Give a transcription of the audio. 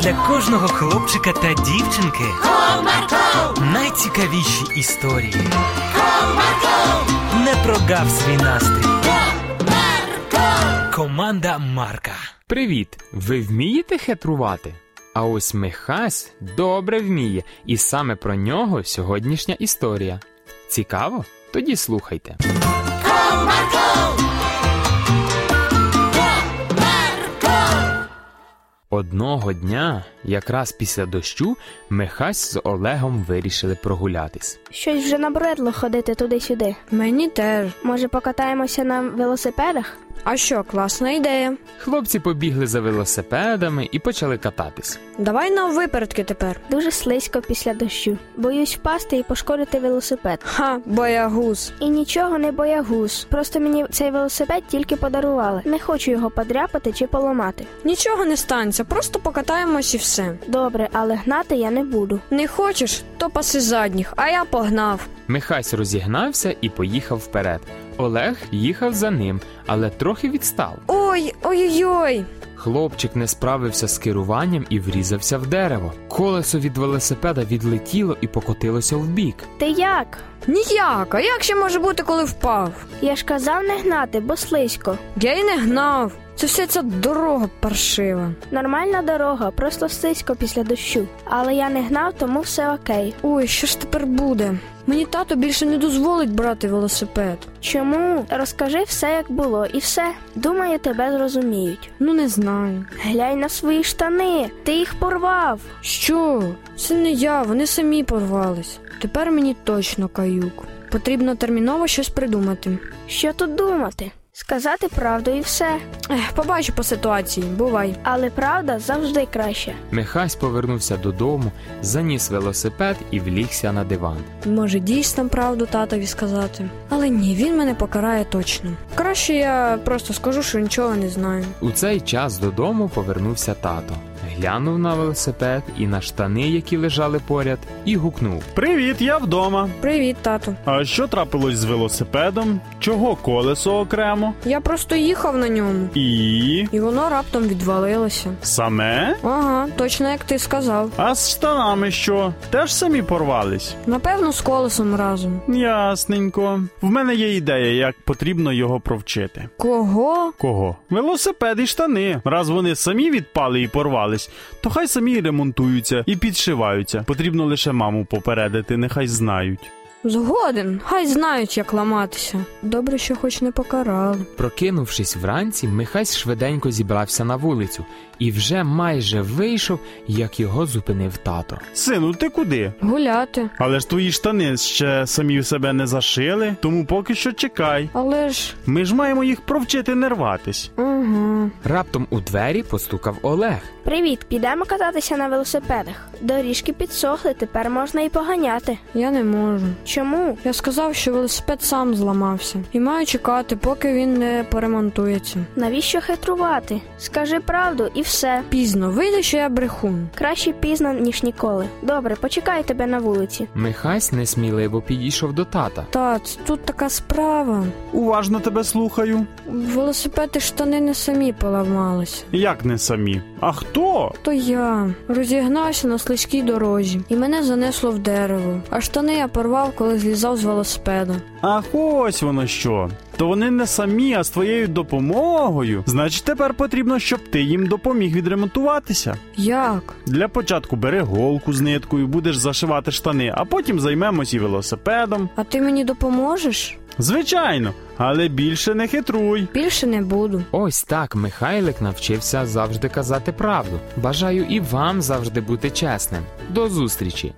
для кожного хлопчика та дівчинки Comarco, найцікавіші історії. Comarco, Не прогав свій настрій. Comarco. Команда Марка. Привіт! Ви вмієте хитрувати? А ось Михась добре вміє, і саме про нього сьогоднішня історія. Цікаво? Тоді слухайте. Одного дня, якраз після дощу, Михась з Олегом вирішили прогулятись. Щось вже набридло ходити туди-сюди. Мені теж. Може, покатаємося на велосипедах? А що, класна ідея. Хлопці побігли за велосипедами і почали кататись. Давай на випередки тепер. Дуже слизько після дощу. Боюсь впасти і пошкодити велосипед. Ха, боягуз. І нічого не боягуз. Просто мені цей велосипед тільки подарували. Не хочу його подряпати чи поламати. Нічого не станеться, просто покатаємось і все. Добре, але гнати я не буду. Не хочеш, то паси задніх, а я погнав. Михась розігнався і поїхав вперед. Олег їхав за ним, але трохи відстав. Ой, ой-ой-ой. Хлопчик не справився з керуванням і врізався в дерево. Колесо від велосипеда відлетіло і покотилося вбік. Ти як? Ніяк, а як ще може бути, коли впав? Я ж казав не гнати, бо слизько. Я й не гнав. Це все ця дорога паршива. Нормальна дорога, просто слизько після дощу. Але я не гнав, тому все окей. Ой, що ж тепер буде? Мені тато більше не дозволить брати велосипед. Чому? Розкажи все, як було, і все. Думаю, тебе зрозуміють. Ну не знаю. Глянь на свої штани, ти їх порвав. Що? Це не я, вони самі порвались. Тепер мені точно каюк. Потрібно терміново щось придумати. Що тут думати? Сказати правду і все. Ех, побачу по ситуації, бувай. Але правда завжди краще. Михась повернувся додому, заніс велосипед і влігся на диван. Може, дійсно правду татові сказати. Але ні, він мене покарає точно. Краще я просто скажу, що нічого не знаю. У цей час додому повернувся тато. Глянув на велосипед і на штани, які лежали поряд, і гукнув. Привіт, я вдома. Привіт, тату. А що трапилось з велосипедом? Чого колесо окремо? Я просто їхав на ньому, І і воно раптом відвалилося. саме? Ага, точно як ти сказав. А з штанами що? Теж самі порвались? Напевно, з колесом разом. Ясненько. В мене є ідея, як потрібно його провчити. Кого? Кого? Велосипед і штани. Раз вони самі відпали і порвались, то хай самі і ремонтуються і підшиваються. Потрібно лише маму попередити, нехай знають. Згоден, хай знають, як ламатися. Добре, що хоч не покарали. Прокинувшись вранці, Михась швиденько зібрався на вулицю і вже майже вийшов, як його зупинив тато. Сину, ти куди? Гуляти. Але ж твої штани ще самі в себе не зашили, тому поки що чекай. Але ж. угу, Ми ж маємо їх провчити не рватись. Ага. Раптом у двері постукав Олег. Привіт, підемо кататися на велосипедах. Доріжки підсохли, тепер можна і поганяти. Я не можу. Чому? Я сказав, що велосипед сам зламався і маю чекати, поки він не поремонтується. Навіщо хитрувати? Скажи правду і все. Пізно вийде, що я брехун. Краще пізно, ніж ніколи. Добре, почекаю тебе на вулиці. Михась несміливо підійшов до тата. Тат, тут така справа. Уважно тебе слухаю. Велосипед і штани не самі поламалися. Як не самі? А хто? То я розігнався на слизькій дорозі, і мене занесло в дерево. А штани я порвав, коли злізав з велосипеда. Ах, ось воно що. То вони не самі, а з твоєю допомогою. Значить, тепер потрібно, щоб ти їм допоміг відремонтуватися. Як? Для початку бери голку з ниткою, будеш зашивати штани, а потім займемось і велосипедом. А ти мені допоможеш? Звичайно, але більше не хитруй. Більше не буду. Ось так Михайлик навчився завжди казати правду. Бажаю і вам завжди бути чесним. До зустрічі!